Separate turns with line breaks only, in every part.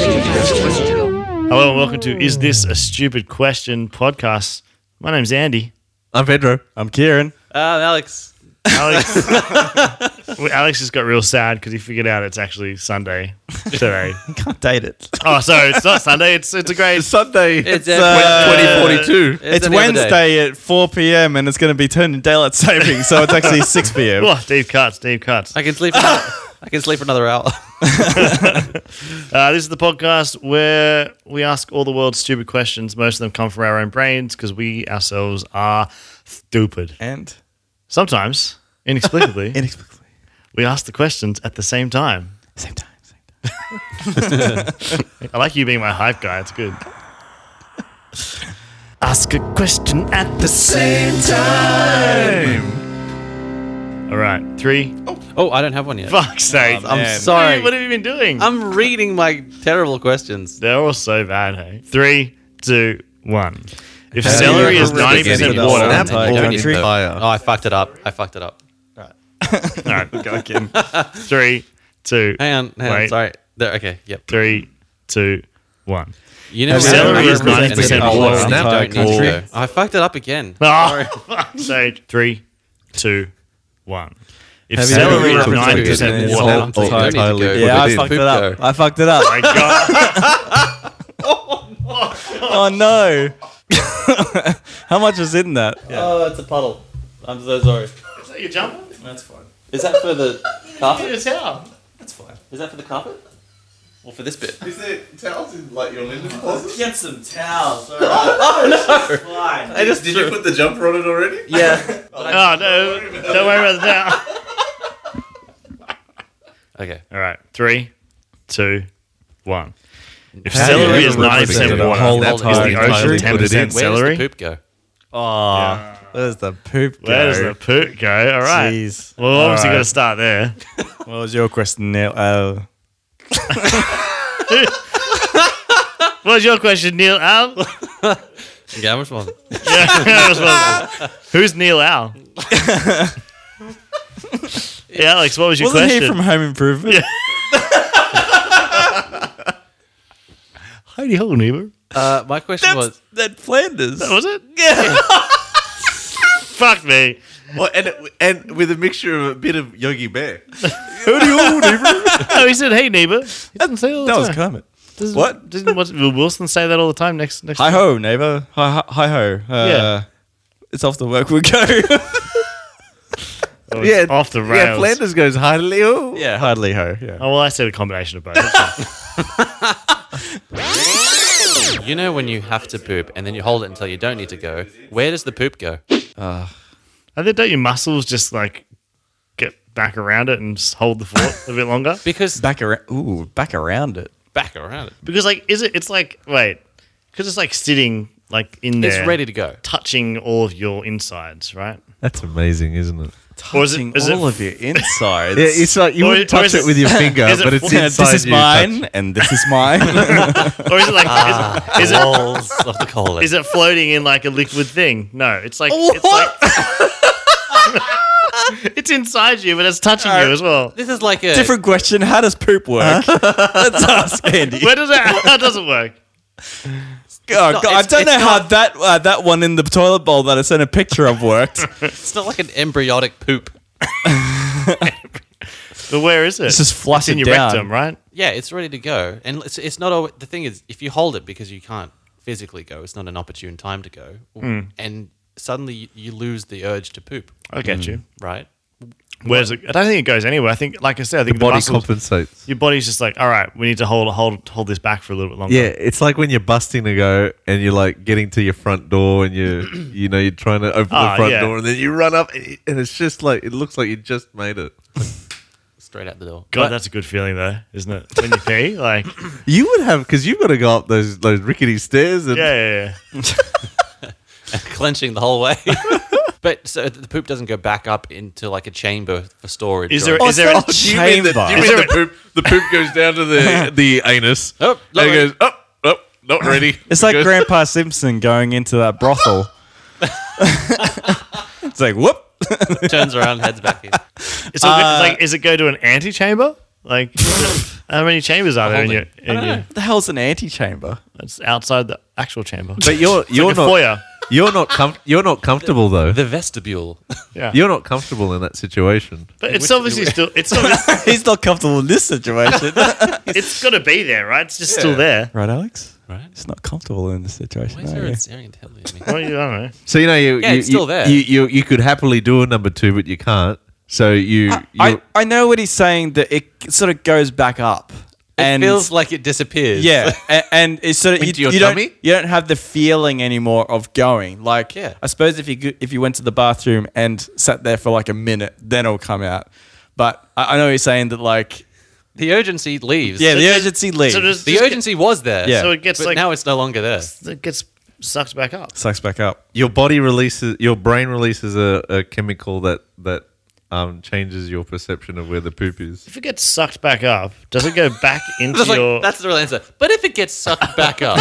Hello and welcome to Is This a Stupid Question podcast. My name's Andy.
I'm Pedro.
I'm Kieran.
Um, Alex.
Alex, Well, Alex just got real sad because he figured out it's actually Sunday today.
Can't date it.
oh, sorry, it's not Sunday. It's it's a great.
Sunday. It's,
It's a-
uh,
2042.
It's,
another day.
Wednesday at 4 p.m. and it's going to be turned to daylight saving, so it's actually 6 p.m.
Oh, deep cuts, deep cuts.
I can sleep. Another, I can sleep another hour.
Uh, this is the podcast where we ask all the world's stupid questions. Most of them come from our own brains because we ourselves are stupid.
And
Sometimes, inexplicably,
inexplicably,
we ask the questions at the same time.
same time. Same time.
I like you being my hype guy. It's good. Ask a question at the same time. All right, three.
Oh, I don't have one yet.
Fuck's sake!
man.
I'm
Man.
sorry.
What have you been doing?
I'm reading my terrible questions.
They're all so bad. Hey, three, two, one. If
do
celery
you
is
remember
ninety
beginning
percent
of the
water,
snap?
all
I don't need to.
fire.
Oh, I fucked it up. I fucked it up.
right, go again. Three, two,
Hang on. Hang on.
Wait.
Sorry. There. Okay. Yep.
three, two, one.
You know,
celery
is 90% water.
Snap.
Entire
Don't need
country.
to. I fucked it up again.
Oh, fuck's sake. Three, two, one. If
Have you
celery
ever
is
tried to
ninety
do
percent
this?
water,
Oh, oh,
entirely.
Yeah,
Look at
I
this.
fucked
Poop
it up.
go.
I fucked it up.
my god.
oh no. How much is in that?
Oh, it's a puddle. I'm so sorry.
Is that your jumper?
That's fine.
Is that for the carpet?
It's out.
That's fine.
Is that for the carpet? Or for this bit?
Is it towels in like your linen closet?
Get some towels.
I just
Did you put the jumper on it already?
Yeah.
Oh no. Don't worry about the towel.
okay.
Alright. Three, two, one. If
How do you
celery
ever
is ninety
represent
percent
a
water,
whole
is
entire
the ocean
country? Put
ten
it in.
percent
Where does the
celery?
poop go?
Oh, where's the poop go?
Where does the poop go? All right.
Jeez.
Well, obviously,
All
got
right.
to start there.
What was your question, Neil? Uh,
What's your question, Neil Al?
Yeah, which one?
Who's Neil Al? yeah, Alex. What was your
wasn't
question?
he from Home Improvement?
Yeah. Heidi Ho, neighbor.
Uh, my question was.
that Flanders.
Was it? Yeah. Fuck me.
Well, and it, and with a mixture of a bit of Yogi Bear.
Who do you want, Ibra?
No, Oh, he said, "Hey, neighbor." He doesn't say all the
That was
time.
Kermit.
Doesn't-
What?
Doesn't what, will Wilson say that all the time? Next, next.
Hi ho, neighbor. Hi hi- hi ho. Uh,
Yeah.
It's off the work we go.
Oh, it's off the rails.
Yeah, Flanders goes hardly. Oh.
yeah, hardly ho. Yeah.
Oh well, I said a combination of both.
You know when you have to poop and then you hold it until you don't need to go. Where does the poop go?
I think don't your muscles just like get back around it and just hold the fort a bit longer?
Because
Back around. Ooh, back around it.
back around it,
Because like, is it? It's like wait, because it's like sitting like in there,
it's ready to go.
touching all of your insides, right?
That's amazing, isn't it?
Or is it-
Touching
is it-
all of your insides.
Yeah, it's like you
Or-
wouldn't
or is
touch it
it-
with your finger,
is it
but it's
flat?
inside
this is
you. touch.
mine, and this is mine.
Or is it
Ah.
like is, is it
Balls of the colon.
is it floating in like a liquid thing? No, it's like it's like it's inside you, but it's touching
Uh,
you as well.
this is like a
Different question. How does poop work? Let's ask Andy.
Where does that? That doesn't work.
Oh, God, I
it's-
don't
it's
know how that uh, that one in the toilet bowl that I sent a picture of worked.
It's not like an embryotic poop.
But where is it?
It's just flush
it's in
it
your
down.
rectum, right?
Yeah, it's ready to go, and it's it's not. Always, the thing is, if you hold it because you can't physically go, it's not an opportune time to go,
Hmm.
and suddenly you, you lose the urge to poop.
I get you.
Right?
Where's it? I don't think it goes anywhere. I think, like I said, I think the,
Body
muscles,
compensates.
your body's just like, all right, we need to hold hold hold this back for a little bit longer.
Yeah, it's like when you're busting to go and you're like getting to your front door and you you know you're trying to open
Ah,
the front
yeah.
door and then you run up and it- and it's just like it looks like you just made it.
Straight out the door.
God, that's a good feeling though, isn't it? When you pee, like, yeah,
You would have because you've got to go up those those rickety stairs and
yeah, yeah.
clenching the whole way. but so the poop doesn't go back up into like a chamber for storage.
Is
or
there
anything.
is there
Oh,
a,
it's
Do you mean the, do you
Chamber.
mean the poop the poop goes down to the the anus
Oh, not
and it
ready.
goes up oh, up not ready.
It's like
Goes-
Grandpa Simpson going into that brothel. it's like whoop.
turns around, heads back in?
it's all good- like, is it go to an antechamber? Like, How many chambers are there in your? In your
What the hell's an antechamber?
it's outside the actual chamber.
But you're you're
like a
not
foyer.
you're not com- you're not comfortable though.
The vestibule.
Yeah,
You're not comfortable in that situation.
but it's obviously still. It's obvi-
He's not comfortable in this situation.
it's got to be there, right? It's just still there.
right, Alex?
Right?
It's not comfortable in this situation.
Why is
are
everyone
you?
staring intently at me?
Well, you- I don't know.
So you know you
Yeah,
you,
it's still
you-
there.
You, you you could happily do a number two, but you can't. So you
I,
you're-
I know what he's saying that it sort of goes back up.
It
and
feels like it disappears.
Yeah, and, and it's sort of
Into your
you don't
tummy?
you don't have the feeling anymore of going. Like,
Yeah.
I suppose if you go- if you went to the bathroom and sat there for like a minute, then it'll come out. But I, I know he's saying that like,
The urgency leaves.
yeah, the
just-
urgency leaves.
So does-
the
just get-
urgency was there.
Yeah.
So it gets
but
like
now it's no longer there.
it gets sucked back up.
sucks back up.
your body releases your brain releases a, a chemical that that um, changes your perception of where the poop is.
If it gets sucked back up, does it go back into
That's, like,
your?
that's the real answer. But if it gets sucked back up,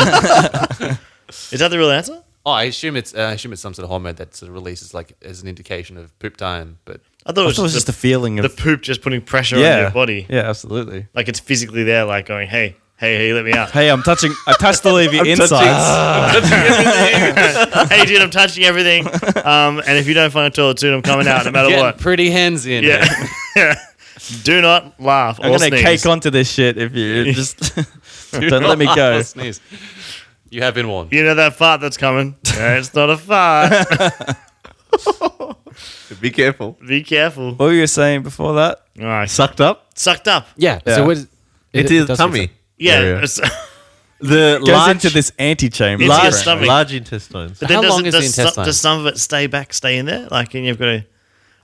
is that the real answer?
oh, I assume it's uh, I assume it's some sort of hormone that sort of releases like as an indication of poop time. But
I thought it
I
was,
thought it was just the feeling
the
of
poop just putting pressure
yeah,
on your body.
Yeah, absolutely.
Like it's physically there, like going, hey, hey, hey, let me out.
Hey, I'm touching. I touched the levy inside.
hey, dude, I'm touching everything. Um, and if you don't find a toilet soon, I'm coming out no matter
getting
what.
pretty hands in.
Yeah. Do not laugh
I'm
or
gonna
sneeze.
cake onto this shit if you just don't let me go.
Sneeze. You have been warned.
You know that fart that's coming. Yeah, it's not a fart.
Be careful.
Be careful.
What were you saying before that?
All right.
Sucked up
Sucked up.
Yeah.
Yeah.
So what is,
into
it
your
does
tummy.
get
Yeah.
area.
it's-
The
Goes
large,
into this antechamber.
Into your
large,
apparently.
stomach.
large intestines.
But
How
does
long
it-
is the
does some-
intestine?
does some of it stay back, stay in there? Like, and you've got to,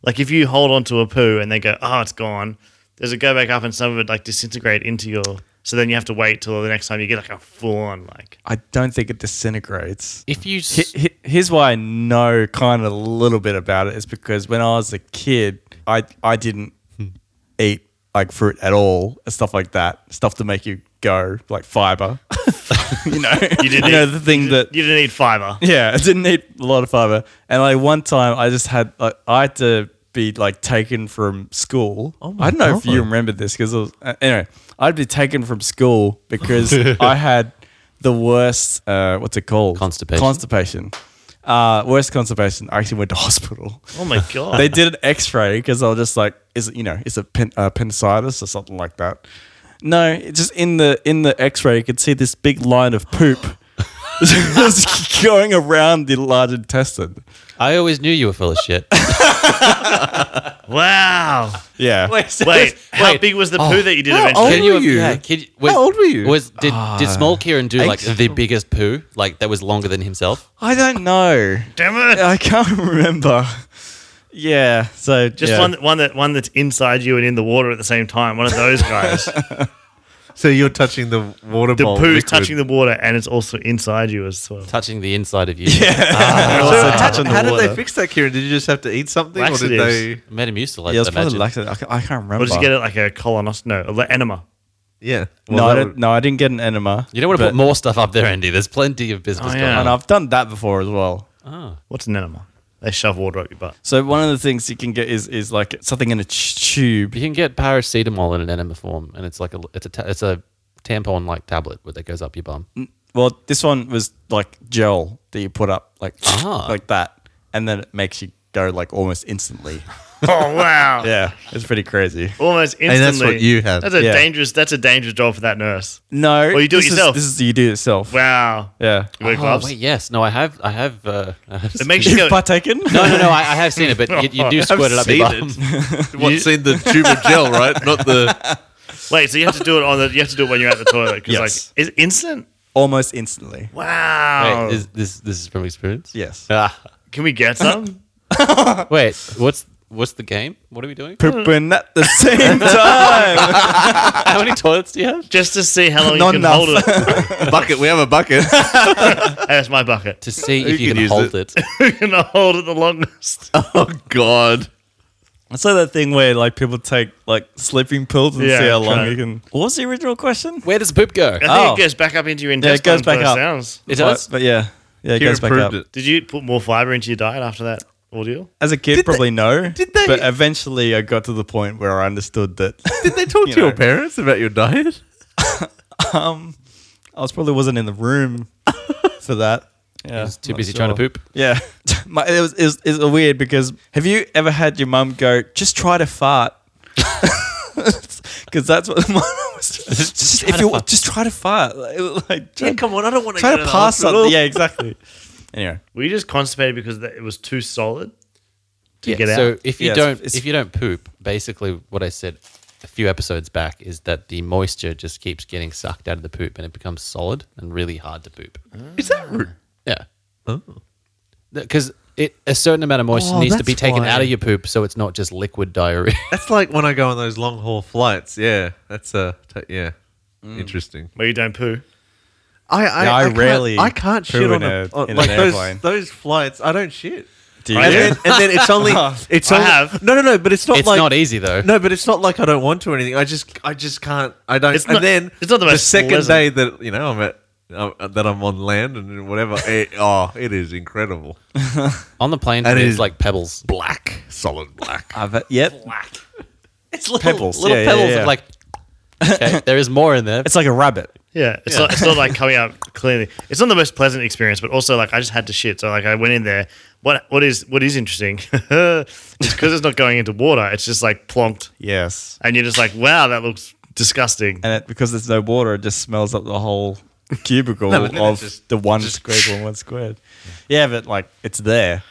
like, if you hold onto a poo and they go, oh, it's gone, does it go back up and some of it, like, disintegrate into your. So then you have to wait till the next time you get, like, a full on, like.
I don't think it disintegrates.
If you s-
Hi- hi- Here's why I know kind of a little bit about it is because when I was a kid, I I didn't eat like fruit at all and stuff like that, stuff to make you go like fiber. you know,
You didn't
you know
eat-
the thing that
You didn't need fiber.
yeah, I didn't eat a lot of fiber. And like one time, I just had like I had to be like taken from school. Oh
my
I don't know if
God.
you remember this because was uh, anyway, I'd be taken from school because I had the worst. Uh, what's it called?
Constipation.
Constipation. Uh, worst constipation. I actually went to hospital.
Oh my god!
They did an X-ray because I was just like, is it you know, is it pen, uh, appendicitis or something like that? No, it's just in the in the X-ray, you could see this big line of poop just going around the large intestine.
I always knew you were full of shit.
wow.
Yeah,
Wait, how
wait.
big was the poo that you did
How
eventually?
old
Can you,
were you?
Yeah, can you-
How old were you?
Was did did small Kieran do like
eight.
the biggest poo, like that was longer than himself?
I don't know.
Damn it!
I can't remember. Yeah, so
Just
yeah.
one, that- one that one that's inside you and in the water at the same time. One of those guys.
So you're touching the water
the
bowl.
poo's
liquid.
touching the water and it's also inside you as well.
Touching the inside of you.
I
So
also
how,
touch on the
how did they
water.
fix that, Kieran? Did you just have to eat something, or did
Laxatives.
they?
Made him used to like
Yeah, it was probably
imagine.
laxative. I ca- I can't remember.
Or did you get it like a colonoscopy? No, a le- enema.
Yeah.
no,
Well,
I
that
didn't,
would-
no, I didn't get an enema.
you don't want to put more stuff up there, Andy. There's plenty of business
Oh,
going
yeah.
And
on.
I've done that before as well.
What's an enema? They shove water up your butt.
So one of the things you can get is is like something in a t- tube.
You can get paracetamol in an enema form, and it's like a it's a ta- it's a tampon like tablet that goes up your bum.
Well, this one was like gel that you put up like
Ah.
like that, and then it makes you go like almost instantly.
Oh wow!
yeah, it's pretty crazy.
Almost instantly.
that's what you had.
That's a
Yeah.
dangerous. That's a dangerous job for that nurse.
No,
Well, you do it
this is-
yourself.
this is you do it yourself.
Wow.
Yeah,
You wear gloves.
Oh, wait, yes, no, I have, I have. Uh, I have
It makes you
you've
go.
partaken.
no, no, no, I, I have seen it, but you, you do squirt it up your
seen
bum.
What, seen the tube of gel, right? Not the
Wait, so you have to do it on the. You have to do it when you're at the toilet because
Yes.
like it's instant.
almost instantly.
Wow.
Wait, is, this this is from experience.
Yes,
Ah.
Can we get some?
Wait, what's what's the game? What are we doing?
pooping at the same time.
How many toilets do you have?
just to see how long you
Not
can
enough.
hold it.
bucket. We have a bucket.
That's my bucket.
To see if
You
you
can
can,
use
hold it.
Who can hold it the longest?
oh God.
It's like that thing where like people take like sleeping pills and
Yeah,
see how long
correct.
you can. What was the original question?
Where does poop go?
I think
Oh.
it goes back up into your
goes
intestines. Yeah,
back up.
Sounds.
It does.
But, but yeah, yeah, it
Kieran
goes back
proved
up.
it.
Did you put more fiber into your diet after that? Audio?
As a kid,
Did they-
probably no.
did they-
But eventually, I got to the point where I understood that
Did they talk
You
to your
know.
parents about your diet?
I was probably wasn't in the room for that. Yeah,
I was too
not
busy trying to
sure.
poop.
Yeah, My, it was is is weird because have you ever had your mum go just try to fart? Because that's what mine was. Just, if you just try to fart, like, like, try,
Yeah, come on, I don't want to
try
go
to
the
pass
hospital.
something. Yeah, exactly. Anyway,
Were you just constipated because that- it was too solid? to
Yeah,
get
So
out.
if you
Yeah, it's-
don't
it's-
if you don't poop, basically what I said a few episodes back is that the moisture just keeps getting sucked out of the poop and it becomes solid and really hard to poop.
Is that rude?
Yeah. Because it a certain amount of moisture
Oh,
needs to
that's
be taken
why.
out of your poop so it's not just liquid diarrhea.
That's like when I go on those long haul flights. Yeah, that's uh, t- yeah, Mm. interesting.
Where you don't poo?
I I,
Yeah, I
can't-
rarely
I can't
poo
shit on,
in
a,
a-
on-
in
like
an
those
airplane.
those flights. I don't shit.
do you?
And, then, and then it's only it's
I
only,
have.
no no no, but it's not
it's
like
not easy though.
no, but it's not like I don't want to or anything. I just I just can't. I don't.
It's
and
not-
then
it's not the most
second
pleasant.
day that you know I'm at. uh, That I'm on land and whatever. It, oh, it is incredible.
On the plane
And it
it's
is-
like pebbles.
Black, solid black.
I've had, yep.
It's little
Pebbles,
Little
yeah, yeah,
pebbles of
yeah.
like okay, there is more in there.
It's like a rabbit.
Yeah, it's, Not, it's not like coming out cleanly. It's not the most pleasant experience, but also like I just had to shit. So like I went in there. What what is what is interesting? it's because it's not going into water. It's just like plonked,
Yes.
and you're just like, wow, that looks disgusting.
And it, because there's no water, it just smells up the whole cubicle
No, but then
of
it's just-
the one squiggle and one squared. Yeah, but like it's there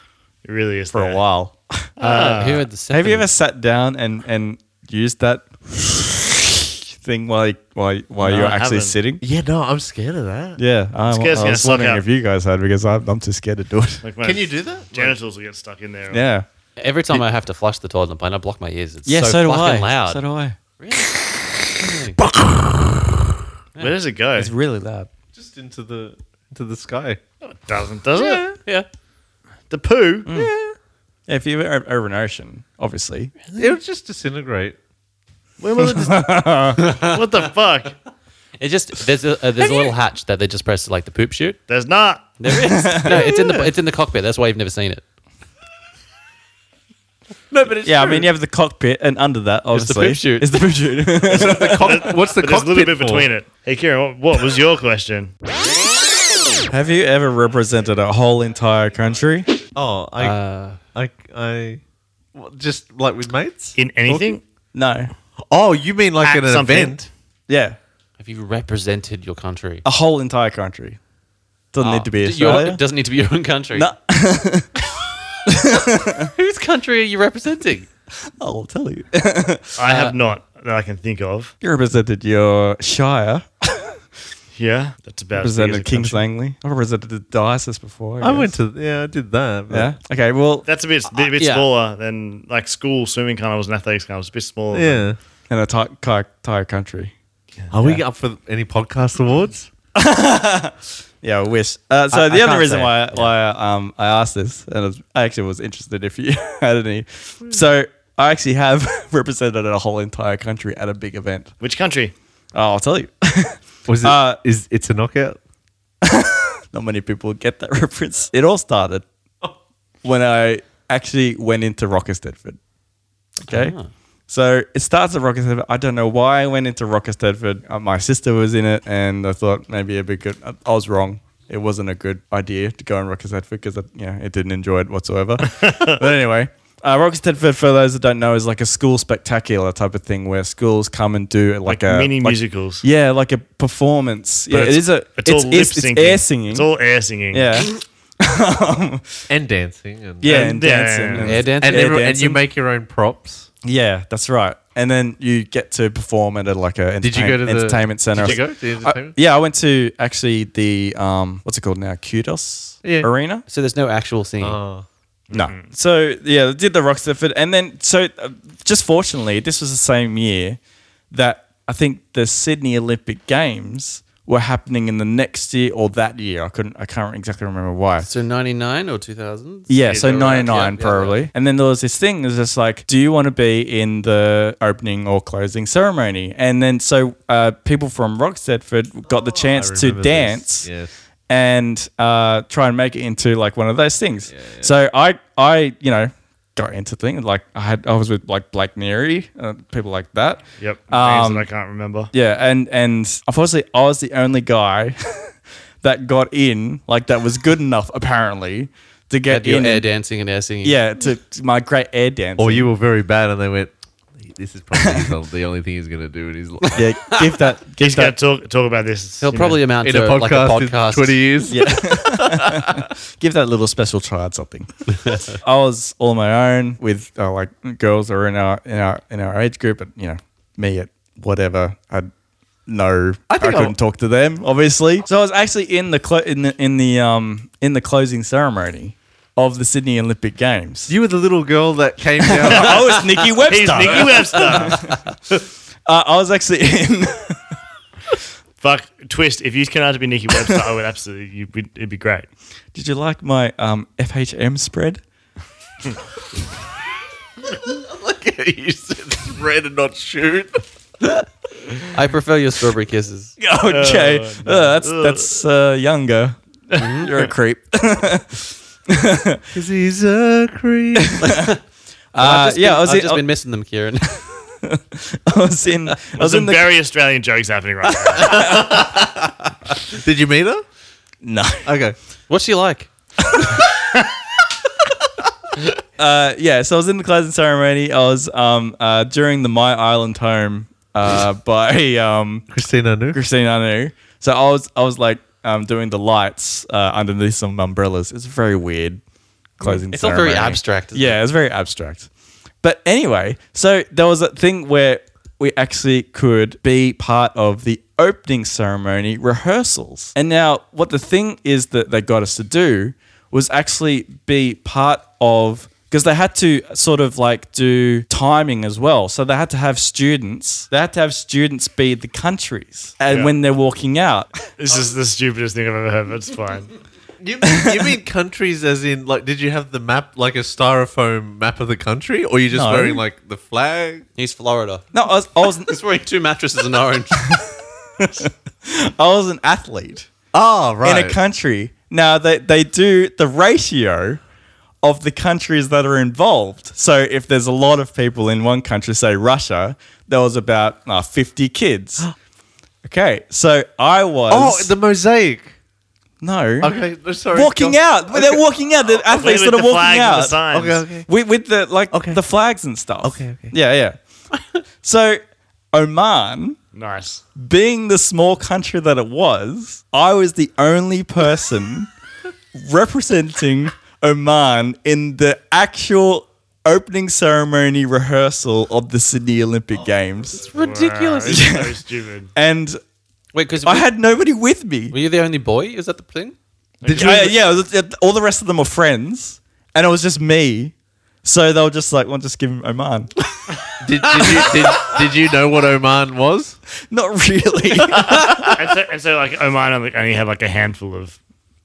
It really is
for
there.
a while.
Uh, who had the
Have you
second-
ever sat down and and used that thing while you- while you- while
No,
you're
I
actually
haven't.
sitting?
yeah, no, I'm scared of that.
Yeah, I'm,
Scares
I
you,
was
suck
wondering
out.
if you guys had because I'm, I'm too scared to do it.
Like my
Can you do that?
Genitals will get stuck in there.
yeah,
Every time I have to flush the toilet on the plane, I block my ears. It's so, fucking loud.
So do I.
Really?
Where does it go?
It's really loud.
Just into the into the sky.
It doesn't does it?
yeah.
The poo.
Mm. Yeah, if you're o- over an ocean, obviously.
It'll just disintegrate.
When will it? Just, what the fuck?
It just there's a uh, there's a little hatch that they just press like the poop chute.
There's not.
There is no, it's in the it's in the cockpit. That's why you've never seen it.
No, but it's
Yeah, I
true.
mean you have the cockpit, and under that
the
obviously
poop chute.
is the poop chute.
the cock- what's the
But there's a little
cockpit
bit
for?
between it. Hey Kieran, what, what was your question?
have you ever represented a whole entire country?
Oh, I,
Uh,
I, I, well, just like with mates.
In anything?
No.
Oh, you mean like
At
an
something.
event?
Yeah,
have you represented your country?
a whole entire country. Doesn't need to be
Ah, d- your-
Australia.
it doesn't need to be your own country.
No.
Whose country are you representing?
I'll tell you.
I
Uh,
have not that I can think of.
You represented your shire.
Yeah, that's about as big as a
represented Kings
country.
Langley. I represented the diocese before.
I went
guess.
to yeah, I did that. but-
Yeah. Okay. Well,
That's a bit, bit, bit
yeah.
smaller than like school swimming carnivals and athletics carnivals. A bit smaller. than-
yeah.
in a ti- ki- entire country.
Are we up for any podcast awards?
Yeah, I wish. Uh, so
I- I
the other
can't
reason
say
why why um, I asked this, and I, was- I actually was interested if you had any.
Hmm.
So I actually have represented a whole entire country at a big event.
Which country?
Oh, I'll tell you,
Was it?
Uh,
is it's a knockout?
not many people get that reference. It all started when I actually went into Rocker Stedford. Okay.
Ah.
So it starts at Rocker Stedford. I don't know why I went into Rocker Stedford. Uh, my sister was in it, and I thought maybe it'd be good. I, I was wrong. It wasn't a good idea to go in Rocker Stedford because you know, it didn't enjoy it whatsoever. but anyway, uh, Rocker Stedford, for those that don't know, is like a school spectacular type of thing where schools come and do
Like
like, a
mini
like-
musicals.
Yeah, like a performance. yeah,
But
it is a. It's,
all lip
it's,
syncing.
it's air singing.
It's all air singing.
yeah. Um,
And dancing and
Yeah,
And dancing.
and, dancing.
Air dancing.
and,
air
everyone- and you
dancing.
make your own props.
Yeah, that's right. And then you get to perform at a, like a
Did you go to the
entertainment center?
Did you go to the
I-
entertainment?
yeah, I went to actually the um, what's it called now? Kudos
Yeah.
Arena.
So there's no actual singing.
Oh.
No. So yeah, they did the Rocksteadford, and then so uh, just fortunately, this was the same year that I think the Sydney Olympic Games were happening in the next year or that year. I couldn't, I can't exactly remember why.
so 99 or 2000?
Yeah, so
Either way.
99
Yeah, yeah,
probably.
yeah.
And then there was this thing, it was just like, do you want to be in the opening or closing
Oh,
ceremony? And then so uh, people from Rockstedford got the chance to
remember this.
dance
Yes.
and uh, try and make it into like one of those things. So I, I, you know, got into things like I had, I was with like Blake Neary, uh, people like that.
Yep. names
Um,
that I can't remember.
Yeah, and and unfortunately, I was the only guy that got in, like that was good enough apparently to get
You're
in.
air dancing and air singing.
Yeah, to, to my great air dance.
Or you were very bad, and they went, "This is probably the- the only thing he's going to do in his life."
yeah, give that, give
He's going
that,
to talk, talk about this.
He'll
you know.
probably amount
In
to
a podcast,
like a podcast.
in twenty years.
give that little special try at something. I was all on my own with uh, like girls that were in our in our in our age group, and you know, me at whatever I'd no, I,
think I-
couldn't talk to them, obviously. So I was actually in the clo- in the in the um in the closing ceremony of the Sydney Olympic Games.
You were the little girl that came down.
I was Nikki Webster.
He's Nicky Webster.
Uh, I was actually in.
Fuck, twist. If you cannot be Nicky Webster, I would absolutely, you'd be, it'd be great.
Did you like my um, FHM spread?
you said spread and not shoot.
I prefer your strawberry kisses.
Okay,
Oh,
no.
Uh, that's that's uh, younger.
Mm-hmm.
You're a creep.
Because he's a creep.
Uh,
Just
yeah,
been-
I was
I've
in.
just been missing them, Kieran.
I was in. I was in
Some
the.
very Australian jokes happening right now.
Did you meet her?
no.
Okay.
What's she like?
Uh, yeah, so I was in the closing ceremony. I was um, uh, during the My Island Home uh, by um,
Christina knew.
Christine Anu. So I was I was like um, doing the lights uh, underneath some umbrellas. It's very weird closing.
It's all very
ceremony.
abstract, isn't
Yeah, it's very abstract. But anyway, so there was a thing where we actually could be part of the opening ceremony rehearsals. And now, what the thing is that they got us to do was actually be part of. Because they had to sort of like do timing as well. So they had to have students, they had to have students be the countries. And
Yeah.
when they're walking out,
This is the stupidest thing I've ever heard, but it's fine.
You mean, you mean countries as in like? Did you have the map like a styrofoam map of the country, or you just
No.
wearing like the flag?
He's Florida.
no, I was, I was,
He's wearing two mattresses and orange.
I was an athlete.
Oh
in a country. Now they, they do the ratio of the countries that are involved. So if there's a lot of people in one country, say Russia, there was about uh, 50 kids. Okay, so I was
oh, the mosaic.
no
Okay, no, sorry.
walking
go-
out. They're walking out. The athletes
With
that are
the flag
walking
and the
out
signs.
Okay, okay.
with, with the like
Okay.
the flags and stuff.
Okay, okay.
Yeah, yeah. so Oman
Nice.
being the small country that it was, I was the only person representing Oman in the actual opening ceremony rehearsal of the Sydney Olympic Games.
Ridiculous. so stupid.
And
Wait, because
I had nobody with me.
were you the only boy? Is that the thing?
Did you?
I- yeah, it was- it- all the rest of them were friends, and it was just me. So they were just like, well, just give him Oman.
Did, did you? Did, did you know what Oman was?
Not really.
and, so, and so, like, Oman only only had like a handful of.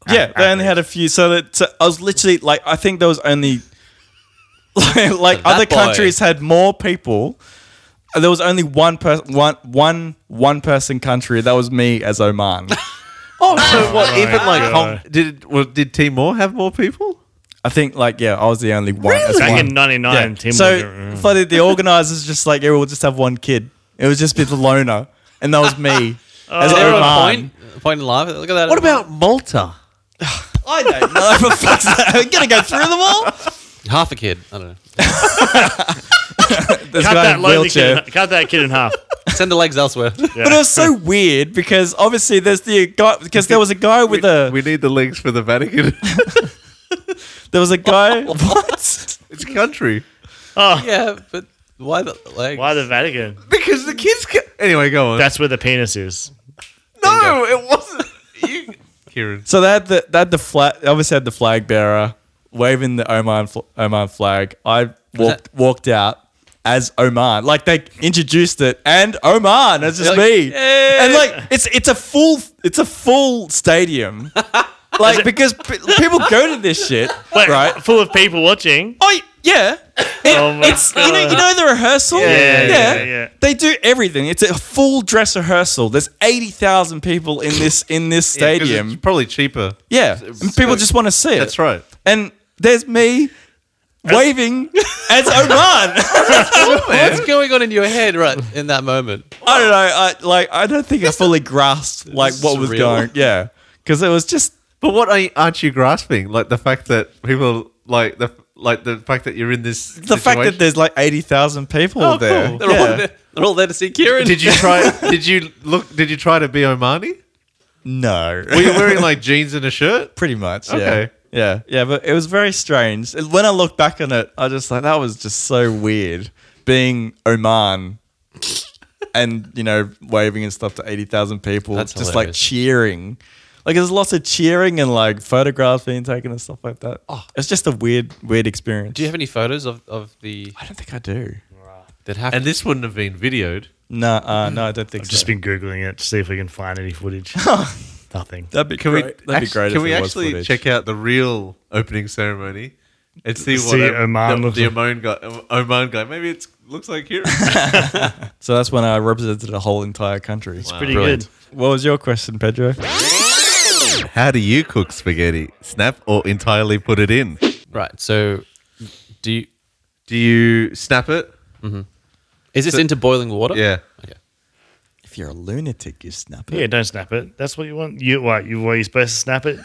Yeah, they only had a few. So that so I was literally like, I think there was only like, like other
boy.
countries had more people. And There was only one person, one one one person country. That was me as Oman.
Oh, so what?
my
even like
God.
Hong, did well, did Timor have more people?
I think like yeah, I was the only one. as
Back
one.
in '99, Tim. uh-huh.
So funny, the organizers just like yeah, we'll just have one kid. It was just be the loner, and that was me as
Is there a
Oman.
point? A point in life? Look at that.
What about Malta?
I don't know. For fuck's sake, I'm gonna go through them all.
half a kid? I don't know.
This
cut
guy
that
in
lonely
wheelchair.
kid. In, cut that kid in half.
Send the legs elsewhere.
But it was so weird because obviously there's the guy because there was a guy with a
We need the links for the Vatican.
there was a guy what
it's country
yeah, but why the legs?
Why the Vatican?
because the kids. Ca- anyway, go on.
That's where the penis is.
no, it wasn't. You, Kieran.
so they had the they had the flag obviously had the flag bearer waving the Oman fl- Oman flag I walked walked out as Oman like they introduced it and Oman it's just
They're like,
me and like it's it's a full it's a full stadium like because p- people go to this shit,
But
right?
full of people watching.
Oh yeah, It-
Oh my
it's you know, you
God.
know the rehearsal.
Yeah, yeah, yeah.
They do everything. It's a full dress rehearsal. There's eighty thousand people in this in this
'cause
stadium.
It's probably cheaper.
Yeah, and people just want to see it.
That's right.
And there's me waving as Oman. Oh,
What's going on in your head right in that moment?
I don't know. I like. I don't think I fully grasped like
is
what was
surreal.
going. Yeah, because it was just.
But what are, aren't you grasping? Like the fact that people like the like the fact that you're in this.
The fact that there's like eighty thousand people there.
They're, all there, they're all there to see Kieran.
did you try? did you look? Did you try to be Omani?
No,
Were you wearing like jeans and a shirt?
pretty much.
Okay.
Yeah. Yeah. Yeah. But it was very strange. And When I look back on it, I just like that was just so weird. Being Oman and you know waving and stuff to eighty thousand people,
That's
just like
hilarious.
cheering. Like there's lots of cheering and like photographs being taken and stuff like that. Oh, it's just a weird, weird experience.
Do you have any photos of, of the
I don't think I do.
that happened?
And this wouldn't have been videoed.
No, uh, no, I don't think
I've
so.
just been googling it to see if we can find any footage.
Oh.
Nothing.
That'd be
Can
great.
we?
That'd
actu-
be great.
Can
if
we
it was
actually
footage.
check out the real opening ceremony and see what
See
um,
Oman
the,
looks
the
like.
Oman guy? um, Oman guy. Maybe it looks like here.
So that's when I represented a whole entire country.
Pretty
Brilliant.
good.
What was your question, Pedro?
How do you cook spaghetti? Snap or entirely put it in?
right. So, do you,
Do you snap it?
is this into boiling water?
Yeah.
Okay.
If you're a lunatic, you snap it.
Yeah, don't snap it. That's what you want. You what? You were you supposed to snap it?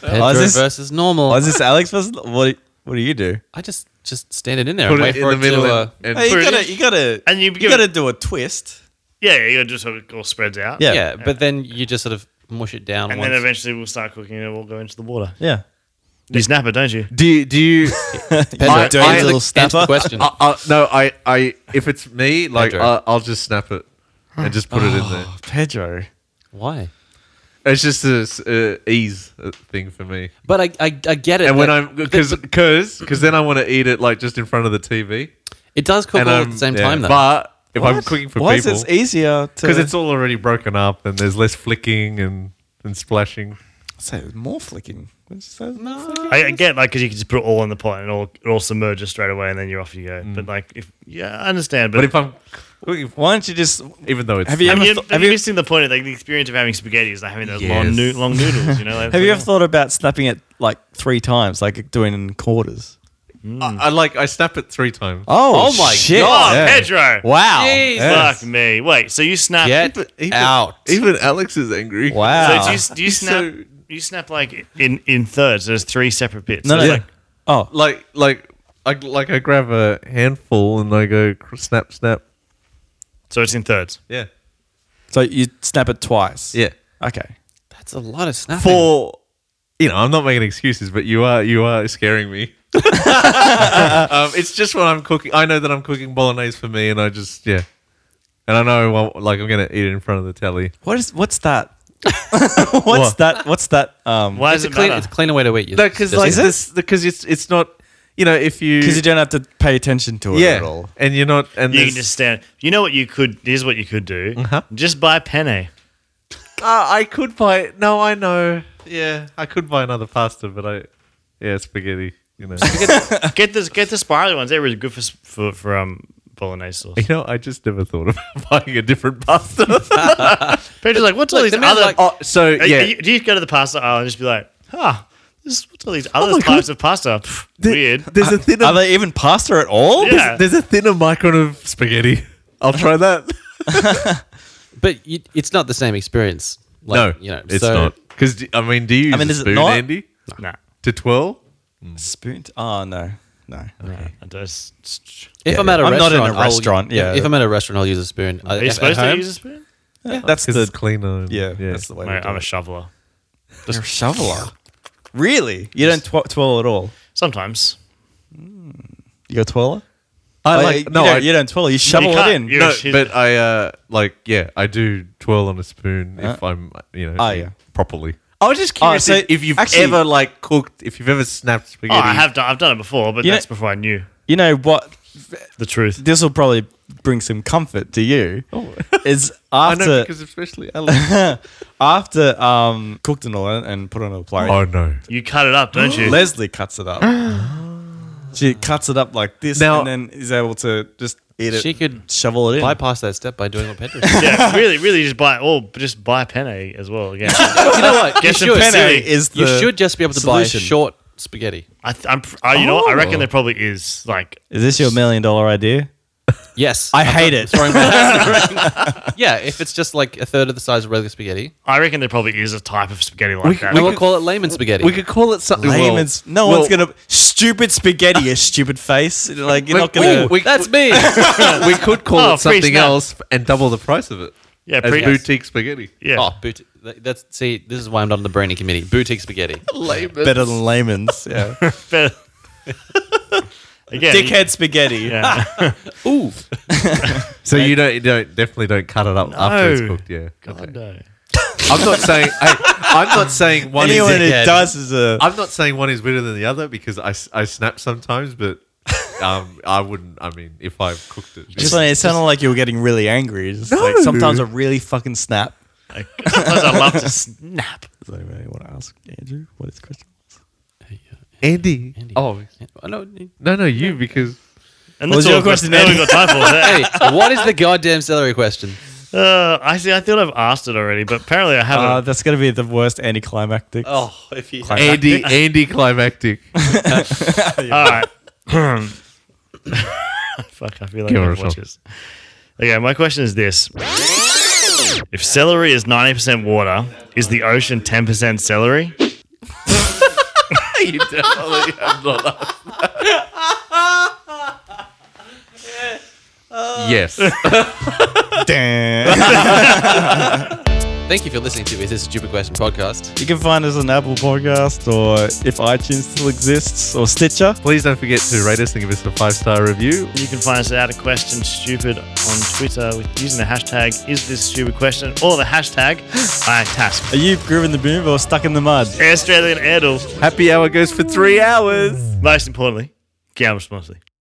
Pedro
is this-
versus normal.
Oh, is this Alex? versus- What What do you do?
I just just stand it in there
Put
and wait
it in
for
the
it to.
middle.
Uh,
and,
Hey, you
Pretty-
gotta, you gotta,
And you
you,
give
gotta
it-
do a twist.
Yeah, you just sort of all spreads out.
Yeah.
yeah, but then you just sort of mush it down.
And
once.
then eventually we'll start cooking and it will go into the water.
Yeah,
You snap it, don't you?
do you, do you
Pedro,
I-
dirty
I-
little
answer
snapper.
the
question.
I, I, Uh, no, I, I, if it's me, like
Pedro.
I, I'll just snap it and just put it in there.
Oh, Pedro.
Why?
It's just a s- uh, ease uh, thing for me.
But I, I, I get it.
And when
that-
I'm because because because then I want to eat it like just in front of the TV.
it does cook
And
all
I'm,
at the same
yeah.
time though.
But if I'm cooking for
Why
people,
is it easier to?
because it's all already broken up and there's less flicking and and splashing.
say more flicking. What'd you say?
Oh,
I I get like because you can just put it all in the pot and it all, it all submerges straight away and then you're off you go. But like, if yeah, I understand. But,
But if I'm cooking, for,
Why don't you just?
even though it's
Have you
I
ever?
mean,
thought-
have you seen the point of like the experience of having spaghetti is like having those long,
Yes.
noo- long noodles? You know, like,
have you ever thought about snapping it like three times, like doing in quarters?
I, I like I snap it three times.
Oh,
Oh my
shit.
Oh,
Yeah.
Pedro!
Wow.
Jeez.
Yes.
Fuck me! Wait, so you snap?
Get out.
Even Alex is angry.
Wow.
So do you, do you
He's
snap?
so-
you snap like in in thirds. There's three separate bits. So
no, no.
it's like-
oh,
Like like I like I grab a handful and I go cr- snap snap.
so it's in thirds.
Yeah.
so you snap it twice?
Yeah.
Okay.
That's a lot of snapping.
For you know, I'm not making excuses, but you are you are scaring me. um, it's just when I'm cooking. I know that I'm cooking bolognese for me, and I just yeah, and I know well, like I'm gonna eat it in front of the telly.
What is? What's that? what's
What?
that? What's that? Um,
Why
It's
does
a
it
clean. It's
matter?
a cleaner way to eat.
No, because
It's
like
just-
this, because it's it's not you know if you
Because you don't have to pay attention to it at
yeah,
all.
and you're not and
You
you
can just stand. You know what you could? Here's what you could do. Just buy penne.
Ah, I could buy no, I know yeah, I could buy another pasta, but I yeah spaghetti. You know,
Get the get the spiral ones. They're really good for s- for, for um bolognese sauce.
you know, I just never thought about buying a different pasta.
Pedro's like, what's all
Look,
these
the man's
other?
like-
oh, so
Are- are
yeah,
you- do you go to the pasta aisle and just be like, huh? This, what's all these other
my
types of pasta? Pff, weird.
there's a thinner
Are they even pasta at all?
Yeah.
There's, there's a thinner micron of spaghetti. I'll try that.
but you, it's not the same experience. Like, you know, so
Because I mean, do you use
mean,
a
is it
spoon,
not?
Andy,
nah,
to twirl?
Spoon? Oh no, no.
I just-
If I'm at a
I'm not
restaurant,
in a
I'll-
restaurant, yeah.
If I'm at a restaurant, I'll use a spoon.
Are you supposed to use a spoon?
That's
Because it's
the
cleaner. and-
yeah, That's the way. we
Mate,
do
I'm a
it.
shoveler.
You're a shoveler. really? You don't tw- twirl at all.
Sometimes.
You're a twirler.
I like,
you
no,
don't,
I,
you don't twirl. You shovel it
can't.
in.
You-
no,
Yes, you-
but I uh, like yeah, I do twirl on a spoon if I'm you know
Ah, yeah.
properly. I was just
curious so if- if you've actually- ever,
like cooked, if you've ever snapped
Oh,
spaghetti.
I have done. I've done it before, but
You know-
that's before I knew
You know what?
the truth.
This will probably bring some comfort to you is
I
after
know because especially Alex.
after um, cooked and all that and put on a plate.
oh no.
You cut it up, don't you?
Leslie cuts it up. she cuts it up like this,
Now-
and then is able to just eat it.
She could
shovel it in.
bypass that step by doing what Pedro said.
yeah, really, really just buy or just buy penne as well. Yeah,
you know what?
Get some
you, should,
penne
is
you
the
should just be able to
solution.
buy short spaghetti.
I, th- I'm, pr- I you know what? I reckon there probably is like
Is this your million dollar idea?
Yes.
I hate it.
throwing my hat in the ring. Yeah, if it's just like a third of the size of regular spaghetti,
I reckon there probably is a type of spaghetti like that.
we will call it layman spaghetti.
We could call it something. well-
Layman's. no
well,
one's gonna stupid spaghetti. You stupid face. Like you're not
we-
gonna.
we-
That's me.
we could call
Oh,
it
free
something
snap.
else and double the price of it.
yeah,
As
pre-
boutique spaghetti.
yeah.
Oh, boot. that- That's see. This is why I'm not on the brainy committee. Boutique spaghetti.
better than layman's. Yeah.
Fair- Again,
Dickhead spaghetti.
Yeah.
Ooh.
So you don't, you don't definitely don't cut it up after it's
No.
cooked. Yeah.
God, no.
I'm not saying. Hey, I'm not saying one.
Anyone
is,
who
dickhead.
does is a.
I'm not saying one is better than the other because I, s- I snap sometimes, but um, I wouldn't. I mean, if I've cooked it,
Just like it sounded like you were getting really angry. It's just like sometimes I really fucking snap.
I, sometimes I love to snap.
Does anybody want to ask Andrew what his question?
Andy.
Oh. No.
No, no, you because
And
What was
that's all
your
I've got-
question,
all
Eddie?
we've got time
Hey, what is the goddamn celery question?
for. Uh, I see. I thought I've asked it already, but apparently I haven't.
Uh, that's gonna be the worst anticlimactic.
Oh, if you.
Climactic.
Andy, Andy climactic.
All
Ah,
right. Fuck, I feel like
Give her
I've
a shot.
watched this. Okay, my question is this. If celery is 90% water, is the ocean 10% celery?
you definitely have not. asked that. yes.
Damn.
Thank you for listening to Is This a Stupid Question podcast.
you can find us on Apple Podcast or if iTunes still exists or Stitcher.
Please don't forget to rate us and give us a five star review.
You can find us out a question stupid on Twitter with using the hashtag is this stupid question or the hashtag I task.
Are you grooving the boom or stuck in the mud?
Australian Airdoll,
Happy hour goes for three hours.
most importantly, gamble responsibly.